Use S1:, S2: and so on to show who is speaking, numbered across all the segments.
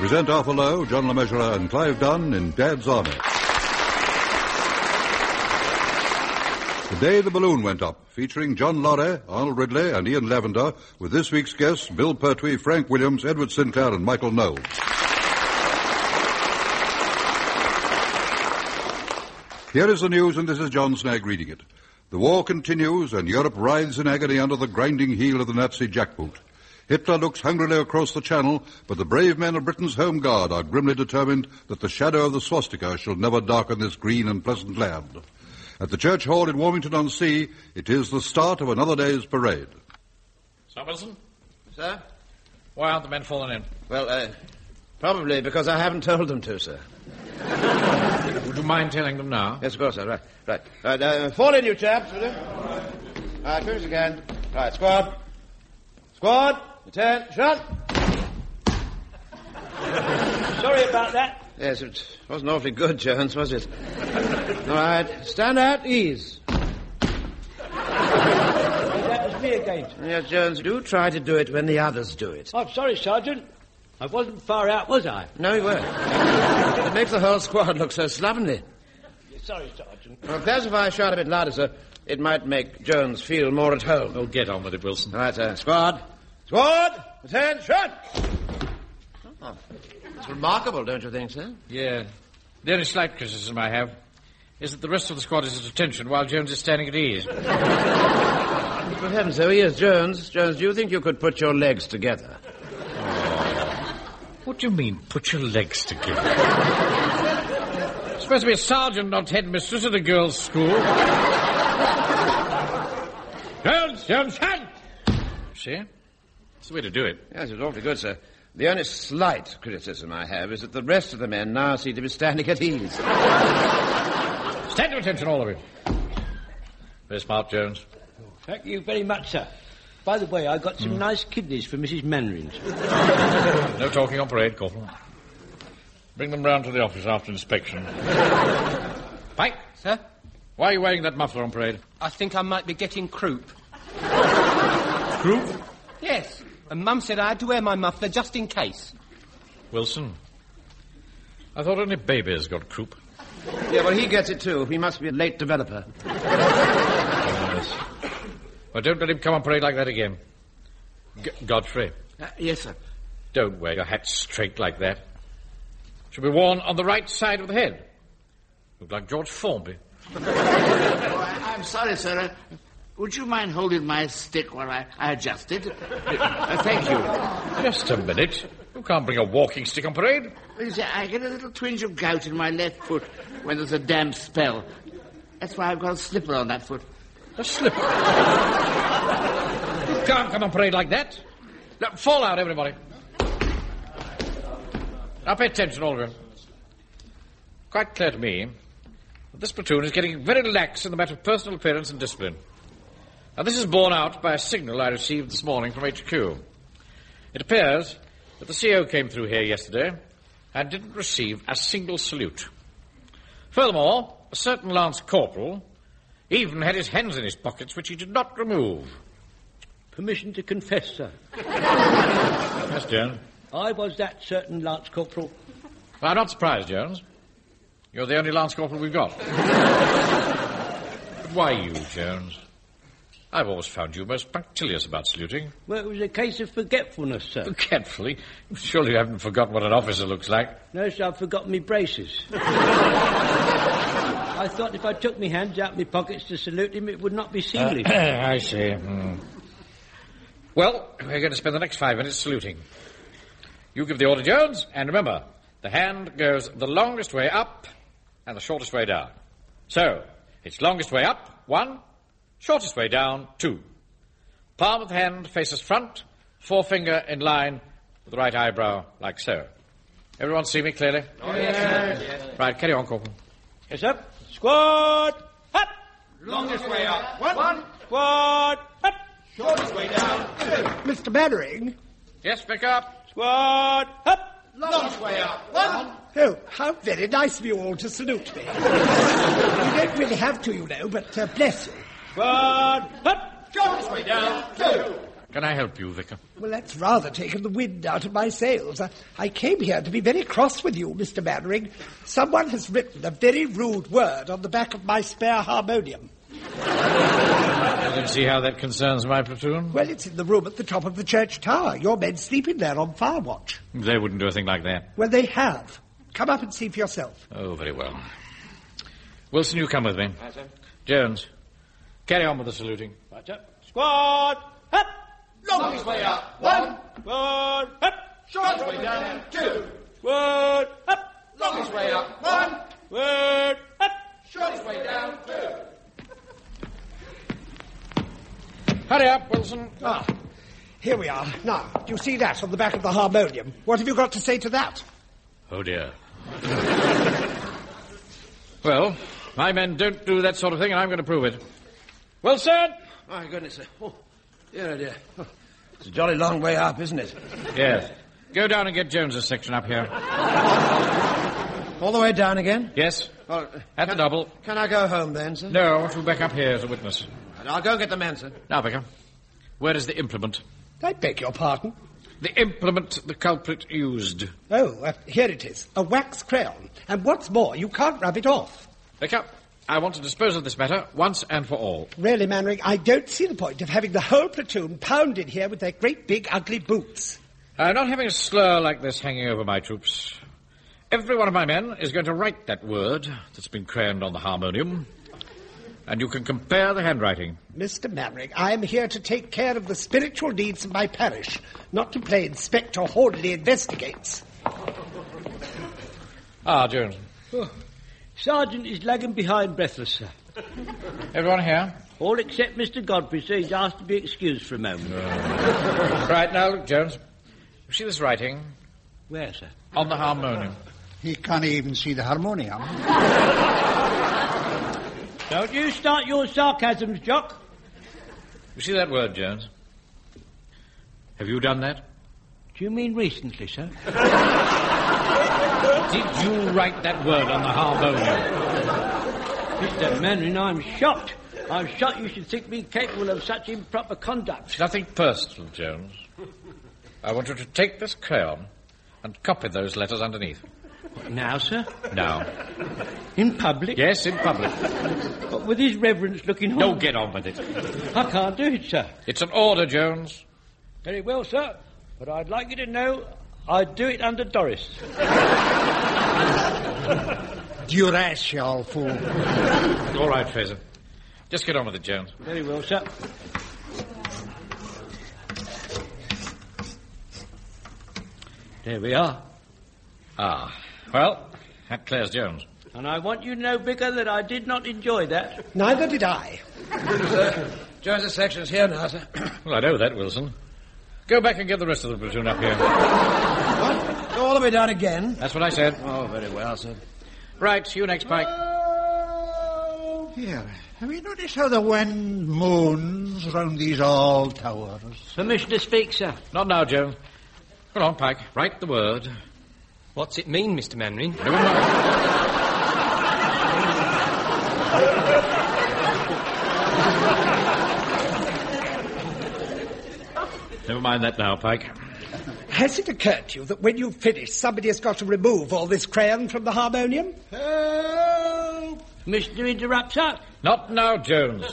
S1: present Arthur Lowe, John LeMessurier, and Clive Dunn in Dad's Army. The Day the Balloon Went Up, featuring John Lorre, Arnold Ridley, and Ian Lavender, with this week's guests Bill Pertwee, Frank Williams, Edward Sinclair, and Michael Knowles. Here is the news, and this is John Snag reading it. The war continues, and Europe writhes in agony under the grinding heel of the Nazi jackboot. Hitler looks hungrily across the channel, but the brave men of Britain's Home Guard are grimly determined that the shadow of the swastika shall never darken this green and pleasant land. At the church hall in Warmington on Sea, it is the start of another day's parade.
S2: Sir Wilson,
S3: Sir?
S2: why aren't the men falling in?
S3: Well, uh, probably because I haven't told them to, sir.
S2: Would you mind telling them now?
S3: Yes, of course, sir. Right, right. right uh, fall in, you chaps, will you? All right, finish again. All right, squad. Squad, attention.
S4: Sorry about that.
S3: Yes, it wasn't awfully good, Jones, was it? All right, stand at ease.
S4: That was me again.
S3: Yes, Jones, do try to do it when the others do it.
S4: I'm sorry, Sergeant. I wasn't far out, was I?
S3: No, you weren't. it makes the whole squad look so slovenly.
S4: Sorry, Sergeant.
S3: Well, perhaps if I shout a bit louder, sir, it might make Jones feel more at home.
S2: Oh, get on with it, Wilson.
S3: All right, sir. Squad. Squad. Attention. Oh, it's remarkable, don't you think, sir?
S2: Yeah. The only slight criticism I have is that the rest of the squad is at attention while Jones is standing at ease.
S3: Good heavens, sir. Yes, Jones. Jones, do you think you could put your legs together?
S2: What do you mean, put your legs together? It's supposed to be a sergeant, not headmistress at a girls' school. Jones, Jones, hand! See? It's the way to do it.
S3: Yes, it's awfully good, sir. The only slight criticism I have is that the rest of the men now seem to be standing at ease.
S2: Stand to attention, all of you. Very smart, Jones.
S4: Thank you very much, sir. By the way, I got some nice kidneys for Mrs. Mandarin's.
S2: No talking on parade, Corporal. Bring them round to the office after inspection. Pike? Sir? Why are you wearing that muffler on parade?
S5: I think I might be getting croup.
S2: Croup?
S5: Yes. And Mum said I had to wear my muffler just in case.
S2: Wilson. I thought only babies got croup.
S3: yeah, well, he gets it, too. He must be a late developer.
S2: Well, don't let him come on parade like that again. G- Godfrey,
S5: Uh,
S3: yes, sir.
S2: don't wear your hat straight like that. Should be worn on the right side of the head. Look like George Formby.
S6: I'm sorry, sir. Uh, Would you mind holding my stick while I, I adjust it? Uh, thank you.
S2: Just a minute. You can't bring a walking stick on parade.
S6: You see, I get a little twinge of gout in my left foot when there's a damp spell. That's why I've got a slipper on that foot.
S2: A slipper. you can't come on parade like that. Now, fall out, everybody. Now, pay attention, all of you. Quite clear to me that this platoon is getting very lax in the matter of personal appearance and discipline. And this is borne out by a signal I received this morning from HQ. It appears that the CO came through here yesterday and didn't receive a single salute. Furthermore, a certain Lance Corporal even had his hands in his pockets, which he did not remove.
S4: Permission to confess, sir.
S2: Yes, Jones.
S4: I was that certain Lance Corporal.
S2: Well, I'm not surprised, Jones. You're the only Lance Corporal we've got. But why you, Jones? I've always found you most punctilious about saluting.
S4: Well, it was a case of forgetfulness, sir.
S2: Forgetfully. Surely you haven't forgotten what an officer looks like.
S4: No, sir, I've forgotten my braces. I thought if I took my hands out of my pockets to salute him, it would not be seemly.
S2: I see. Hmm. Well, we're going to spend the next five minutes saluting. You give the order, Jones, and remember, the hand goes the longest way up and the shortest way down. So, its longest way up, one, shortest way down, two. Palm of the hand faces front, forefinger in line with the right eyebrow, like so. Everyone see me clearly? Right, carry on, Corporal.
S4: yes, sir. Squad! Up! Longest way up. One. Squad! Up!
S7: Mr. Battering?
S2: Yes, pick up.
S4: Squad! Up!
S7: Oh, how very nice of you all to salute me. you don't really have to, you know, but uh, bless you.
S4: Squad! Up! Jones way down! Two!
S2: Can I help you, Vicar?
S7: Well, that's rather taken the wind out of my sails. I, I came here to be very cross with you, Mr. Mannering. Someone has written a very rude word on the back of my spare harmonium.
S2: I don't see how that concerns my platoon.
S7: Well, it's in the room at the top of the church tower. Your men sleep in there on fire watch.
S2: They wouldn't do a thing like that.
S7: Well, they have. Come up and see for yourself.
S2: Oh, very well. Wilson, you come with me. Jones, carry on with the saluting.
S5: Squad! Up!
S6: Longest way up, one.
S5: Squad! Up!
S6: Shortest way down, two.
S5: Squad! Up!
S6: Longest way up, one.
S5: Squad! Up!
S6: Shortest way down, two.
S2: Hurry up, Wilson.
S7: Ah, here we are. Now, do you see that on the back of the harmonium? What have you got to say to that?
S2: Oh, dear. well, my men don't do that sort of thing, and I'm going to prove it. Wilson!
S3: My goodness, sir. Oh, dear, oh, dear. Oh, it's a jolly long way up, isn't it?
S2: Yes. Go down and get Jones's section up here.
S3: All the way down again?
S2: Yes?
S3: Well, uh,
S2: At the double.
S3: can I go home then, sir?
S2: No, I want you back up here as a witness.
S3: I'll go get the man, sir.
S2: Now, Vicar, where is the implement?
S7: I beg your pardon.
S2: The implement the culprit used.
S7: Oh, uh, here it is. A wax crayon. And what's more, you can't rub it off.
S2: Vicar, I want to dispose of this matter once and for all.
S7: Really, Mannering, I don't see the point of having the whole platoon pounded here with their great big ugly boots.
S2: I'm Uh, not having a slur like this hanging over my troops. Every one of my men is going to write that word that's been crayoned on the harmonium, and you can compare the handwriting.
S7: Mr. Mannering, I am here to take care of the spiritual needs of my parish, not to play Inspector Hornley Investigates.
S2: Ah, Jones.
S4: Sergeant is lagging behind breathless, sir.
S2: Everyone here?
S4: All except Mr. Godfrey, sir. He's asked to be excused for a moment.
S2: Right, now, look, Jones. You see this writing
S4: Where, sir?
S2: on the harmonium?
S8: He can't even see the harmonium.
S4: Don't you start your sarcasms, Jock.
S2: You see that word, Jones? Have you done that?
S4: Do you mean recently, sir?
S2: Did you write that word on the harmonium?
S4: Mr. Manning, I'm shocked. I'm shocked you should think me capable of such improper conduct.
S2: Nothing personal, Jones. I want you to take this crayon and copy those letters underneath.
S4: Now, sir?
S2: Now.
S4: In public?
S2: Yes, in public.
S4: But with his reverence looking
S2: No,
S4: on.
S2: get on with it.
S4: I can't do it, sir.
S2: It's an order, Jones.
S4: Very well, sir. But I'd like you to know I'd do it under Doris.
S8: Duress, you all fool.
S2: All right, Fraser. Just get on with it, Jones.
S4: Very well, sir. There we are.
S2: Ah, well, that clears Jones.
S4: And I want you to know, Vicar, that I did not enjoy that.
S7: Neither did I.
S3: Jones's section's here now, sir.
S2: Well, I know that, Wilson. Go back and get the rest of the platoon up here.
S3: Go all the way down again.
S2: That's what I said.
S3: Oh, very well, sir.
S2: Right, you next, Pike.
S8: Oh, Here, have you noticed how the wind moans round these old towers?
S4: Permission to speak, sir.
S2: Not now, Jones. Go on, Pike. Write the word.
S5: What's it mean, Mr. Mannering?
S2: Never mind. Never mind that now, Pike.
S7: Has it occurred to you that when you've finished, somebody has got to remove all this crayon from the harmonium?
S4: Permission to interrupt, sir.
S2: Not now, Jones.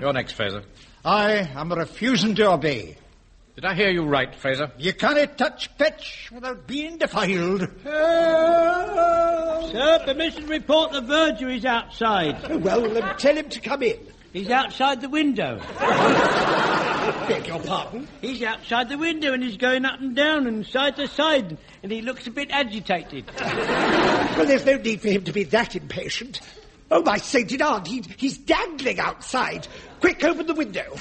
S2: You're next, Fraser.
S8: I am refusing to obey.
S2: Did I hear you right, Fraser?
S8: You can't touch pitch without being defiled.
S4: Sir, permission to report the verger is outside.
S7: Oh, well, um, tell him to come in.
S4: He's outside the window.
S7: Beg your pardon.
S4: He's outside the window and he's going up and down and side to side and he looks a bit agitated.
S7: Well, there's no need for him to be that impatient. Oh, my sainted aunt, he, he's dangling outside. Quick, open the window.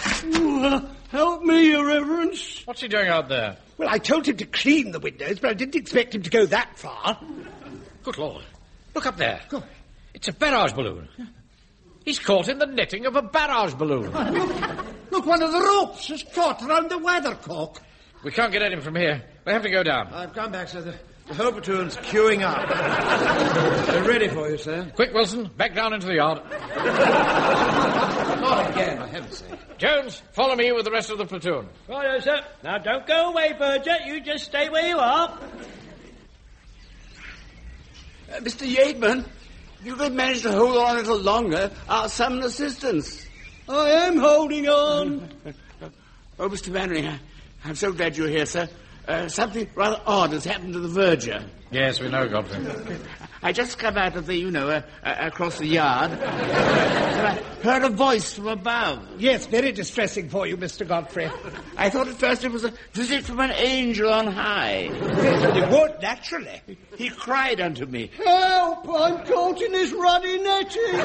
S4: Help me, Your Reverence.
S2: What's he doing out there?
S7: Well, I told him to clean the windows, but I didn't expect him to go that far.
S2: Good Lord. Look up there. It's a barrage balloon. He's caught in the netting of a barrage balloon.
S8: Look, one of the ropes is caught round the weathercock.
S2: We can't get at him from here. We have to go down.
S3: I've come back, sir. The, the whole platoon's queuing up. They're ready for you, sir.
S2: Quick, Wilson, back down into the yard.
S5: Not again, for heaven's sake.
S2: Jones, follow me with the rest of the platoon.
S4: Righto, sir. Now don't go away, Verger. You just stay where you are.
S6: Uh, Mr. Yeadman, you could manage to hold on a little longer. I'll summon assistance.
S4: I am holding on.
S6: Oh, Mr. Mannering, I- I'm so glad you're here, sir. Uh, something rather odd has happened to the verger.
S2: Yes, we know, Godfrey.
S6: I just come out of the, you know, uh, uh, across the yard, and I heard a voice from above.
S7: Yes, very distressing for you, Mr. Godfrey.
S6: I thought at first it was a visit from an angel on high.
S7: it would, naturally.
S6: He cried unto me,
S4: Help! I'm caught in this ruddy netting.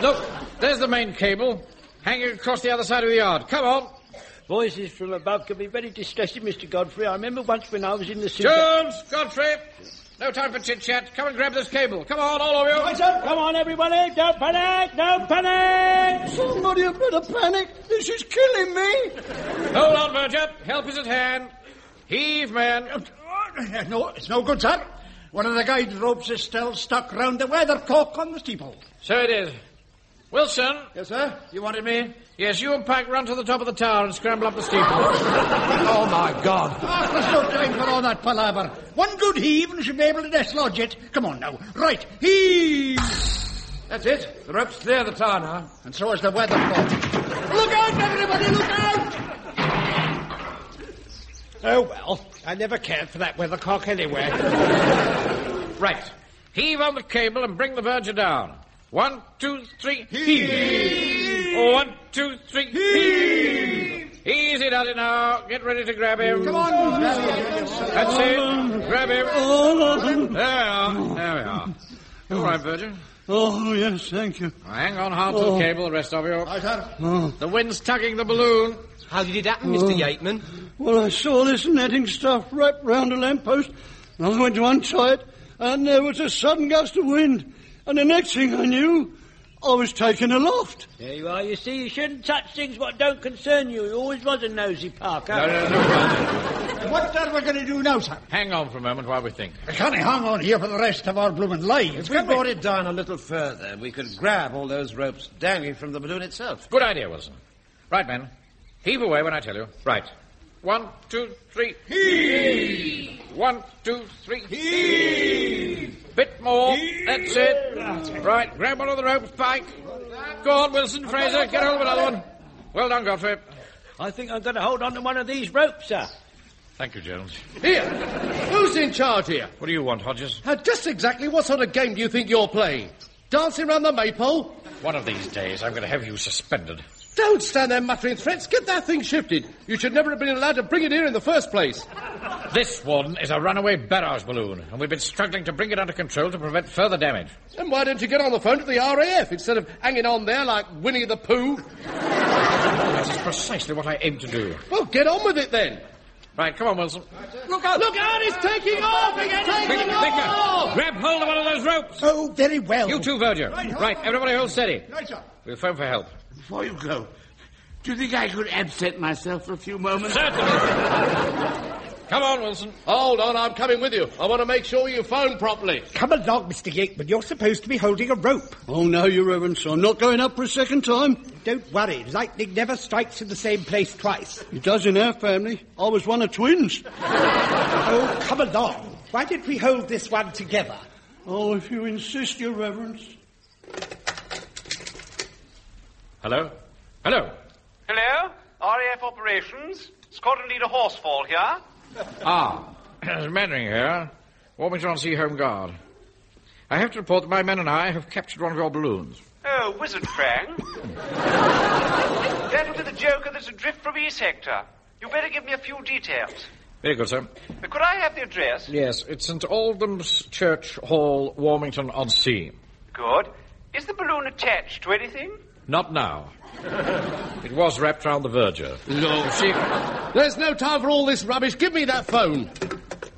S2: Look, there's the main cable hanging across the other side of the yard. Come on.
S4: Voices from above can be very distressing, Mr. Godfrey. I remember once when I was in the city.
S2: Jones, Godfrey. No time for chit chat. Come and grab this cable. Come on, all of you.
S4: Right, sir. Come on, everybody. Don't panic. Don't panic. Somebody better panic. This is killing me.
S2: Hold on, Verger. Help is at hand. Heave, man.
S8: No, it's no good, sir. One of the guide ropes is still stuck round the weathercock on the steeple.
S2: So it is. Wilson,
S8: Yes, sir. You wanted me?
S2: yes, you and Pike run to the top of the tower and scramble up the steeple.
S5: Oh, my God.
S8: Ah, there's no time for all that palaver. One good heave and she'll be able to dislodge it. Come on now. Right. Heave!
S5: That's it. The rope's clear of the tower now.
S8: And so is the weathercock. Look out, everybody! Look out!
S7: Oh, well, I never cared for that weathercock anyway.
S2: Right. Heave on the cable and bring the verger down. One, two, three, heave. Oh, One, two, three, heave. Easy, Daddy, now. Get ready to grab him. Come on. That's it. Grab him. There we are. There we are. You All right, Virgin.
S9: Oh, yes, thank you.
S2: Hang on hard to the cable, the rest of you.
S8: Aye, sir.
S2: The wind's tugging the balloon.
S5: How did it happen, Mr. Yateman?
S9: Well, I saw this netting stuff wrapped round a lamppost, and I went to untie it, and there was a sudden gust of wind. And the next thing I knew, I was taken aloft.
S4: There you are. You see, you shouldn't touch things what don't concern you. You always was a nosy Parker.
S2: No, no, no.
S8: What are we going to do now, sir?
S2: Hang on for a moment while we think.
S8: We can't hang on here for the rest of our blooming lives.
S5: If we brought it down a little further, we could grab all those ropes dangling from the balloon itself.
S2: Good idea, Wilson. Right, men. Heave away when I tell you. Right. One, two, three. Heave! One, two, three. Heave! Bit more. That's it. Right. Grab one of the ropes, Pike. Go on, Wilson Fraser. Get hold of another one. Well done, Godfrey.
S4: I think I'm going to hold on to one of these ropes, sir.
S2: Thank you, Jones.
S5: Here! Who's in charge here?
S2: What do you want, Hodges?
S5: Now, just exactly what sort of game do you think you're playing? Dancing round the maypole?
S2: One of these days, I'm going to have you suspended.
S5: Don't stand there muttering threats. Get that thing shifted. You should never have been allowed to bring it here in the first place.
S2: This one is a runaway barrage balloon, and we've been struggling to bring it under control to prevent further damage.
S5: Then why don't you get on the phone to the RAF instead of hanging on there like Winnie the Pooh?
S2: That is precisely what I aim to do.
S5: Well, get on with it then.
S2: Right, come on, Wilson.
S5: Look out! Look out! It's taking off! It's
S2: Quick,
S5: taking
S2: Victor,
S5: off!
S2: grab hold of one of those ropes.
S7: Oh, very well.
S2: You too, Virgil. Right, everybody hold steady.
S8: Right, sir.
S2: We'll phone for help.
S6: Before you go, do you think I could absent myself for a few moments?
S2: Come on, Wilson.
S5: Hold on, I'm coming with you. I want to make sure you phone properly.
S7: Come along, Mr. Yateman. You're supposed to be holding a rope.
S9: Oh, no, Your Reverence, I'm not going up for a second time.
S7: Don't worry. Lightning never strikes in the same place twice.
S9: It does in our family. I was one of twins.
S7: Oh, come along. Why did we hold this one together?
S9: Oh, if you insist, Your Reverence.
S2: Hello? Hello?
S10: Hello? RAF operations? Squadron leader Horsefall here.
S2: Ah, there's Mannering here. Warmington Sea Home Guard. I have to report that my men and I have captured one of your balloons.
S10: Oh, Wizard Fang. That'll be the Joker that's adrift from E Sector. You better give me a few details.
S2: Very good, sir.
S10: Could I have the address?
S2: Yes, it's St. Aldham's Church Hall, Warmington on Sea.
S10: Good. Is the balloon attached to anything?
S2: Not now. it was wrapped round the verger. No, she.
S5: There's no time for all this rubbish. Give me that phone.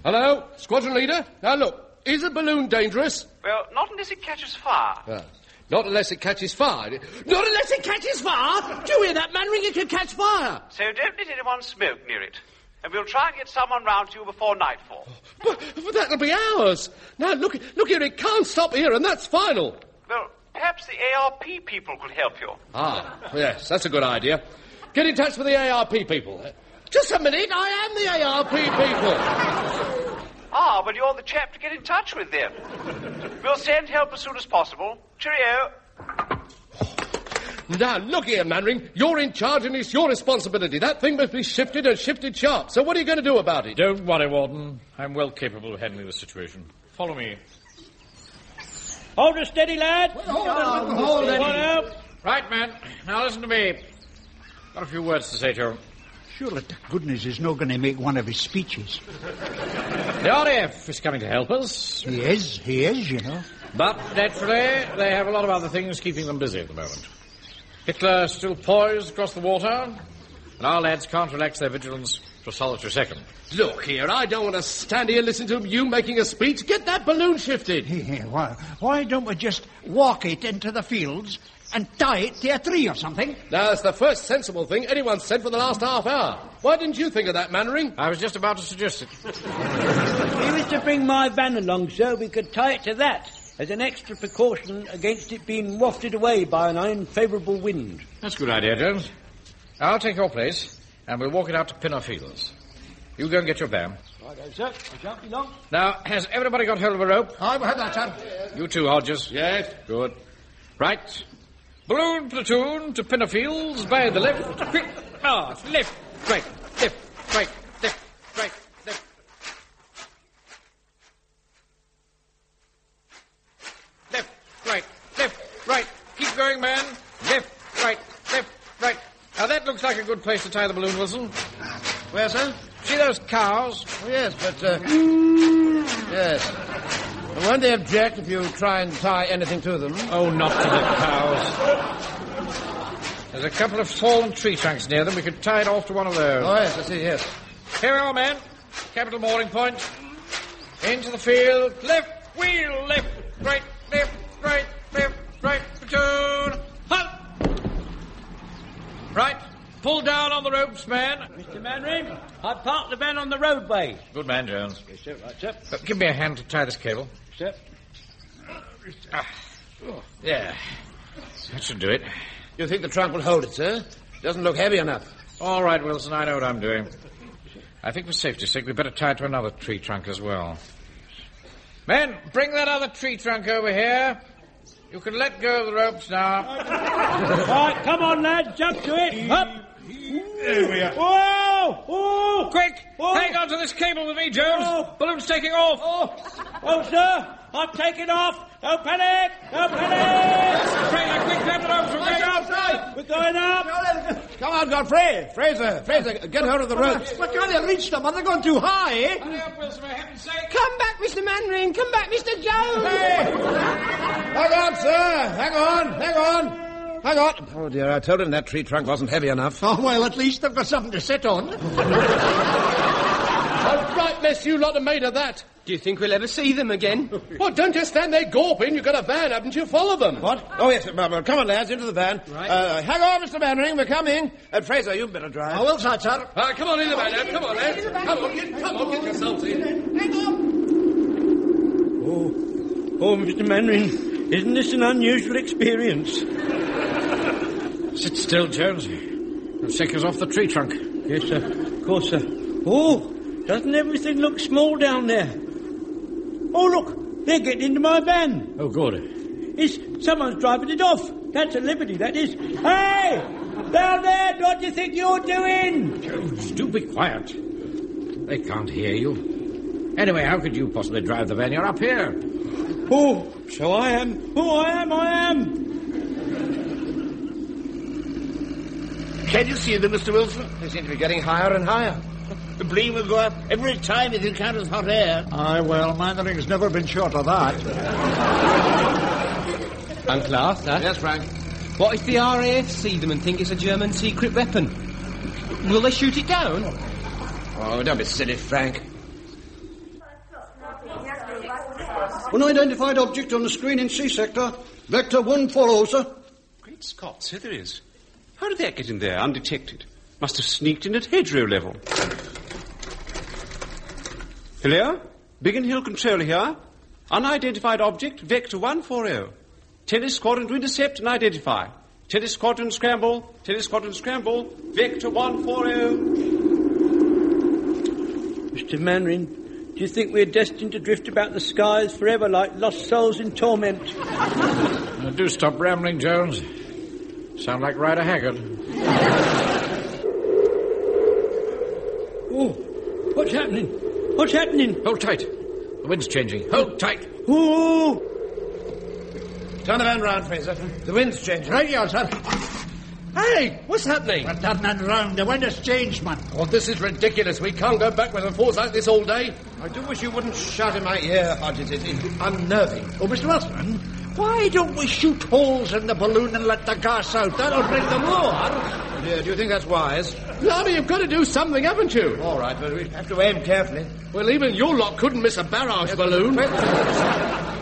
S5: Hello, squadron leader. Now look, is a balloon dangerous?
S10: Well, not unless it catches fire.
S5: Not unless it catches fire. Not unless it catches fire. Do you hear that, Mannering? It can catch fire.
S10: So don't let anyone smoke near it. And we'll try and get someone round to you before nightfall.
S5: But, but that'll be ours. Now look, look here. It can't stop here, and that's final.
S10: Well, Perhaps the ARP people could help you.
S5: Ah, yes, that's a good idea. Get in touch with the ARP people. Uh, Just a minute, I am the ARP people.
S10: Ah, well, you're the chap to get in touch with them. We'll send help as soon as possible. Cheerio.
S5: Now, look here, Mannering. You're in charge and it's your responsibility. That thing must be shifted and shifted sharp. So what are you going to do about it?
S2: Don't worry, Warden. I'm well capable of handling the situation. Follow me.
S4: Hold it steady, lad. Hold
S2: on, hold it. Right, man. Now listen to me. Got a few words to say to you.
S8: Surely to goodness is not going to make one of his speeches.
S2: The RAF is coming to help us.
S8: He is, he is, you know.
S2: But naturally, they have a lot of other things keeping them busy at the moment. Hitler still poised across the water, and our lads can't relax their vigilance for a solitary second.
S5: Look here, I don't want to stand here and listen to you making a speech. Get that balloon shifted.
S8: Yeah, why, why don't we just walk it into the fields and tie it to a tree or something?
S5: Now, that's the first sensible thing anyone's said for the last half hour. Why didn't you think of that, Mannering?
S2: I was just about to suggest it.
S4: If he was to bring my van along, sir, we could tie it to that as an extra precaution against it being wafted away by an unfavourable wind.
S2: That's a good idea, Jones. I'll take your place, and we'll walk it out to Pinner Fields. You go and get your van.
S4: Righto, sir. I shan't be long.
S2: Now, has everybody got hold of a rope?
S8: I've had that, sir.
S2: You too, Hodges.
S5: Yes.
S2: Good. Right. Balloon platoon to Pinner Fields by the left. Quick march. Left, right, left, right, left, right, left. Left, right, left, right. Keep going, man. Left, right, left, right. Now that looks like a good place to tie the balloon, Wilson.
S3: Where, sir?
S2: See those cows?
S3: Oh, yes, but, uh, yes. Won't they object if you try and tie anything to them?
S2: Oh, not to the cows. There's a couple of fallen tree trunks near them. We could tie it off to one of those.
S3: Oh, yes, I see, yes.
S2: Here we are, man. Capital mooring point. Into the field. Left wheel, left, right, left, right, left, right, platoon. Halt! Right. Pull down on the ropes, man.
S4: Mr. Mannering, I parked the van on the roadway.
S2: Good man, Jones.
S4: Yes, sir. Right, sir.
S2: Uh, give me a hand to tie this cable. Ah,
S4: Sir.
S2: Yeah. That should do it.
S3: You think the trunk will hold it, sir? Doesn't look heavy enough.
S2: All right, Wilson, I know what I'm doing. I think for safety's sake, we'd better tie it to another tree trunk as well. Men, bring that other tree trunk over here. You can let go of the ropes now.
S4: right, come on, lad. Jump to it. Up.
S3: There we are.
S4: Whoa! Whoa!
S2: Quick!
S4: Oh.
S2: Hang on to this cable with me, Jones.
S4: Oh.
S2: Balloon's taking off.
S4: Oh, oh, sir, I've taken off. No panic! No panic!
S2: Trailer, quick, grab the ropes. We're going up.
S4: We're going up.
S3: Come on, Godfrey. Fraser, Fraser, get hold of the ropes.
S8: But can't they reach them? Are they going too high, eh?
S2: Hurry up, Wilson, for heaven's sake.
S11: Come back, Mr. Mannering. Come back, Mr. Jones.
S3: Hang on, sir. Hang on, hang on. Hang on. Oh, dear, I told him that tree trunk wasn't heavy enough.
S8: Oh, well, at least they've got something to sit on.
S5: A right mess you lot have made of that.
S11: Do you think we'll ever see them again?
S5: Well, don't just stand there gawping. You've got a van, haven't you? Follow them.
S3: What? Oh, yes. Well, well, come on, lads, into the van.
S11: Right.
S3: Uh, hang on, Mr. Mannering, we're coming. Uh, Fraser, you better drive.
S8: I will, sir, sir.
S5: Uh, come on in the van, lad. Come on, lad. Come on, get, come on, get yourselves in.
S4: Oh, Mr. Mannering, isn't this an unusual experience?
S2: Sit still, Jones. They'll shake us off the tree trunk.
S4: Yes, sir. Of course, sir. Oh, doesn't everything look small down there? Oh, look, they're getting into my van.
S2: Oh, good.
S4: It's someone's driving it off. That's a liberty, that is. Hey! Down there, what do you think you're doing?
S2: Jones, do be quiet. They can't hear you. Anyway, how could you possibly drive the van? You're up here.
S4: Oh, so I am. Oh, I am, I am.
S6: Can you see them, Mr. Wilson?
S3: They seem to be getting higher and higher.
S6: The balloon will go up every time it encounters hot air.
S8: Aye, well, Mannering's never been short of that.
S11: Uncle Arthur,
S3: Yes, Frank.
S11: what if the RAF see them and think it's a German secret weapon? Will they shoot it down?
S3: Oh, don't be silly, Frank.
S9: An identified object on the screen in C sector. Vector 1 follows, sir.
S10: Great Scott, here there is. How did that get in there undetected? Must have sneaked in at hedgerow level. Hello? Biggin Hill Control here. Unidentified object, Vector 140.
S12: Tennis oh. squadron to intercept and identify. Tennis squadron scramble. Tennis squadron scramble. Vector oh. 140.
S4: Mr. Mannering, do you think we're destined to drift about the skies forever like lost souls in torment?
S2: Now, do stop rambling, Jones. Sound like Ryder Haggard.
S4: Oh, what's happening? What's happening?
S2: Hold tight. The wind's changing. Hold tight.
S4: Ooh!
S3: Turn the van round, Fraser. The wind's changed. Right here, sir.
S5: Hey, what's happening?
S8: But that man round, the wind has changed, man.
S5: Oh, this is ridiculous. We can't go back with a force like this all day.
S3: I do wish you wouldn't shout in my ear, Hodges. It is unnerving.
S8: Oh, Mr. Wilson, why don't we shoot holes in the balloon and let the gas out? That'll bring them lower.
S3: Dear, do you think that's wise?
S5: Lana, you've got to do something, haven't you?
S3: All right, but we have to aim carefully.
S5: Well, even your lot couldn't miss a barrage balloon.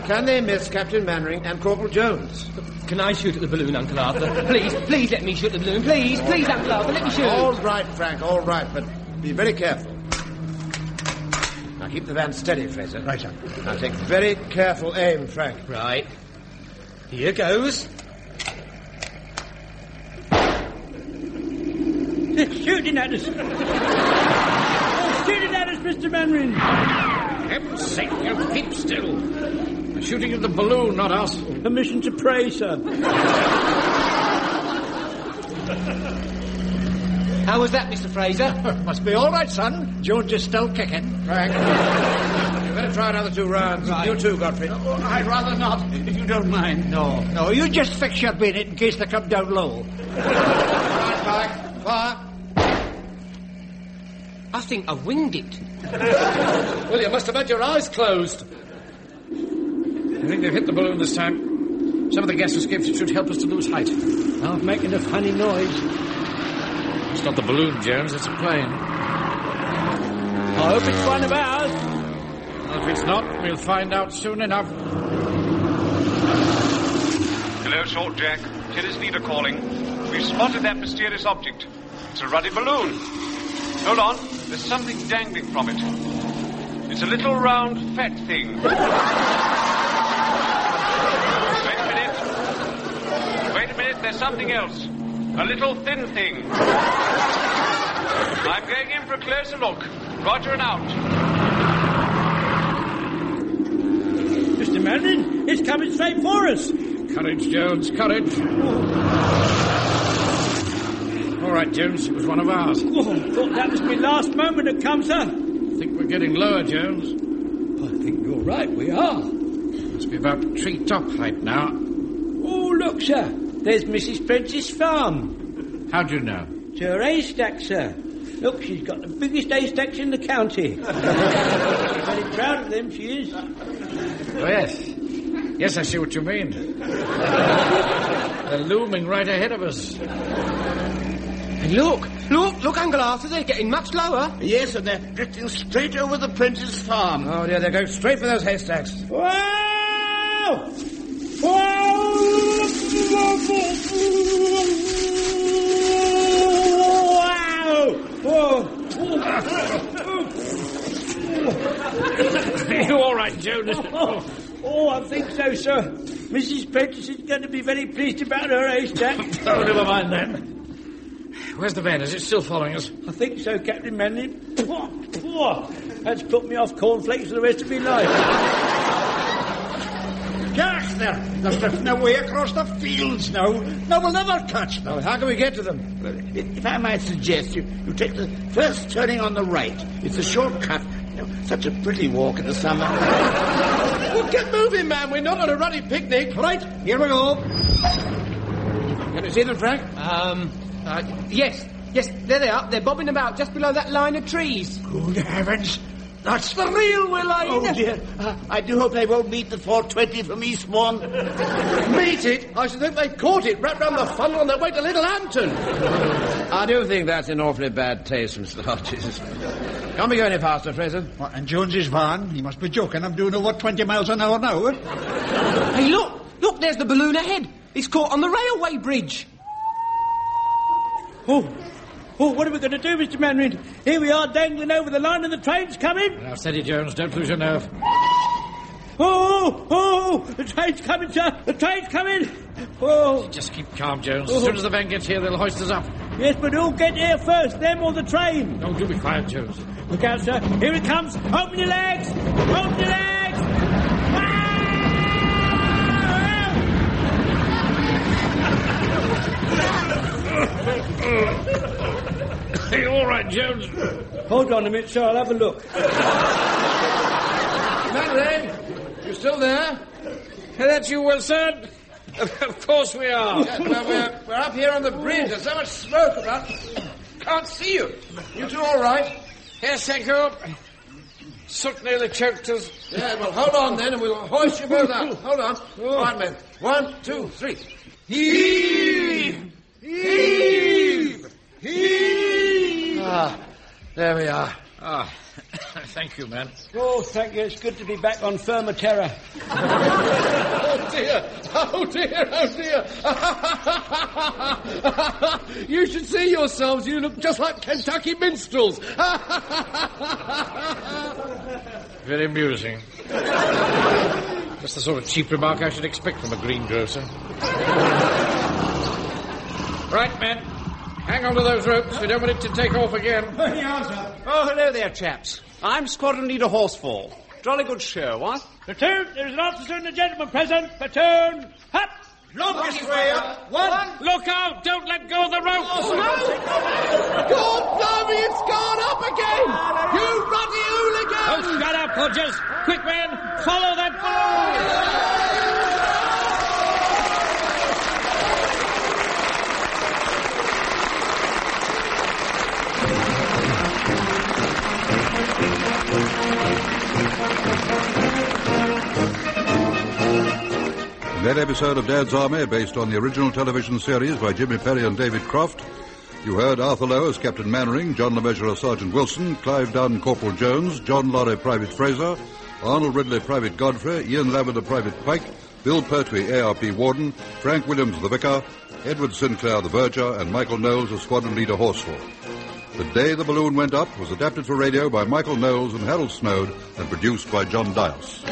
S3: Can they miss Captain Mannering and Corporal Jones?
S11: Can I shoot at the balloon, Uncle Arthur? Please, please let me shoot the balloon. Please, please, Uncle Arthur, let me shoot.
S4: Oh.
S3: All right, Frank, all right, but be very careful. Now keep the van steady, Fraser.
S8: Right, sir.
S3: Now take very careful aim, Frank.
S11: Right. Here goes.
S4: They're shooting at us! They're shooting at us, Mr. Mannering!
S2: Heaven's sake, you keep still. They're shooting at the balloon, not us.
S4: Permission to pray, sir.
S11: How was that, Mr. Fraser?
S8: Must be all right, son. George is still kicking.
S3: Frank. You better try another two rounds. You too, Godfrey.
S8: I'd rather not, if you don't mind. No, no, you just fix your bayonet in case they come down low.
S3: Frank, fire.
S11: I think I've winged it.
S5: Well, you must have had your eyes closed.
S2: I think they've hit the balloon this time. Some of the gas escapes should help us to lose height.
S4: I'm making a funny noise.
S2: It's not the balloon, Jones. It's a plane.
S4: I hope it's one of ours.
S2: Well, if it's not, we'll find out soon enough.
S10: Hello, Short Jack. Tennis leader calling. We've spotted that mysterious object. It's a ruddy balloon. Hold on. There's something dangling from it. It's a little round, fat thing. Wait a minute. Wait a minute. There's something else. A little thin thing. I'm going in for a closer look. Roger and out.
S4: Mr. Mannering, it's coming straight for us.
S2: Courage, Jones, courage. All right, Jones, it was one of ours. I
S4: Oh, thought that was my last moment to come, sir. I
S2: think we're getting lower, Jones.
S4: think you're right, we are.
S2: Must be about tree top height now.
S4: Oh, look, sir. There's Mrs. Prentice's farm.
S2: How do you know?
S4: It's her haystack, sir. Look, she's got the biggest haystacks in the county. Very proud of them, she is.
S2: Oh, yes. Yes, I see what you mean. They're looming right ahead of us.
S11: And look, look, look, Uncle Arthur, they're getting much lower.
S6: Yes, and they're drifting straight over the Prentice farm.
S3: Oh, dear, they're going straight for those haystacks.
S4: Wow! Wow! Oh,
S2: you all right, Jonas?
S4: Oh, oh, I think so, sir. Mrs. Prentice is going to be very pleased about her haystack.
S2: Oh, never mind that. Where's the van? Is it still following us?
S4: I think so, Captain Manning. That's put me off cornflakes for the rest of my life.
S8: Gosh, they're, they're drifting away across the fields now. Now we'll never catch them.
S3: Well, how can we get to them?
S6: If I might suggest, you, you take the first turning on the right. It's a shortcut. You know, such a pretty walk in the summer.
S5: Well, get moving, man. We're not on a ruddy picnic. Right.
S3: Here we go. Can you see them, Frank?
S11: Um, uh, yes, yes, there they are. They're bobbing about just below that line of trees.
S9: Oh,
S8: Good heavens. That's the railway line.
S6: Oh, dear. Uh, I do hope they won't meet the 420 from Eastbourne.
S5: Meet it? I should think they caught it wrapped round the funnel on their way to Littlehampton.
S3: I do think that's in awfully bad taste, Mr. Hodges. Can't we go any faster, Fraser?
S8: What, and Jones's van? He must be joking. I'm doing over 20 miles an hour now. eh?
S11: Hey, look, look, there's the balloon ahead. It's caught on the railway bridge.
S4: Oh, oh, what are we going to do, Mr. Manring?
S2: Ah,
S4: Here we are dangling over the line and the train's coming.
S2: I've said it, Jones. Don't lose your nerve.
S4: Oh, oh, the train's coming, sir. The train's coming. Oh.
S2: Just keep calm, Jones. As soon as the van gets here, they'll hoist us up.
S4: Yes, but who'll get here first, them or the train?
S2: Oh, do be quiet, Jones.
S4: Look out, sir. Here it comes. Open your legs. Open your legs.
S2: Are you all right, Jones?
S4: Hold on a minute, sir. I'll have a look.
S3: eh?
S2: Madeline, you still there? That you, Wilson? of course we are.
S3: Yeah, well, we're, we're up here on the bridge. There's so much smoke about. Can't see you. You two all right?
S2: Yes, thank you. Soot nearly choked us.
S3: Yeah, well, hold on then, and we'll hoist you both up. Hold on.
S12: Oh.
S3: All right, men. One, two, three. Heave! Heave! Heave!
S4: Ah,
S3: there we are.
S2: Ah, thank you, man.
S4: Oh, thank you. It's good to be back on firmer terra.
S5: Oh dear! Oh dear! Oh dear! you should see yourselves. You look just like Kentucky minstrels.
S2: Very amusing. Just the sort of cheap remark I should expect from a greengrocer. right, men. Hang on to those ropes. We don't want it to take off again.
S12: Oh, hello there, chaps. I'm Squadron Leader Horsefall. Jolly good show, what?
S4: Platoon, there is an officer and a gentleman present. Platoon, up!
S3: Longest way up.
S4: One. Look out! Don't let go of the rope!
S5: God damn it, it's gone up again! You ruddy
S4: Oh,
S5: hooligan!
S4: shut up, Hodges! Quick, men! Follow that ball!
S1: In that episode of Dad's Army, based on the original television series by Jimmy Perry and David Croft, you heard Arthur Lowe as Captain Mannering, John LeMessurier as Sergeant Wilson, Clive Dunn Corporal Jones, John Lorry Private Fraser, Arnold Ridley Private Godfrey, Ian Lavender Private Pike, Bill Pertwee ARP Warden, Frank Williams the Vicar, Edward Sinclair the Verger, and Michael Knowles as Squadron Leader Horsefall. The Day the Balloon Went Up was adapted for radio by Michael Knowles and Harold Snowd and produced by John Dias.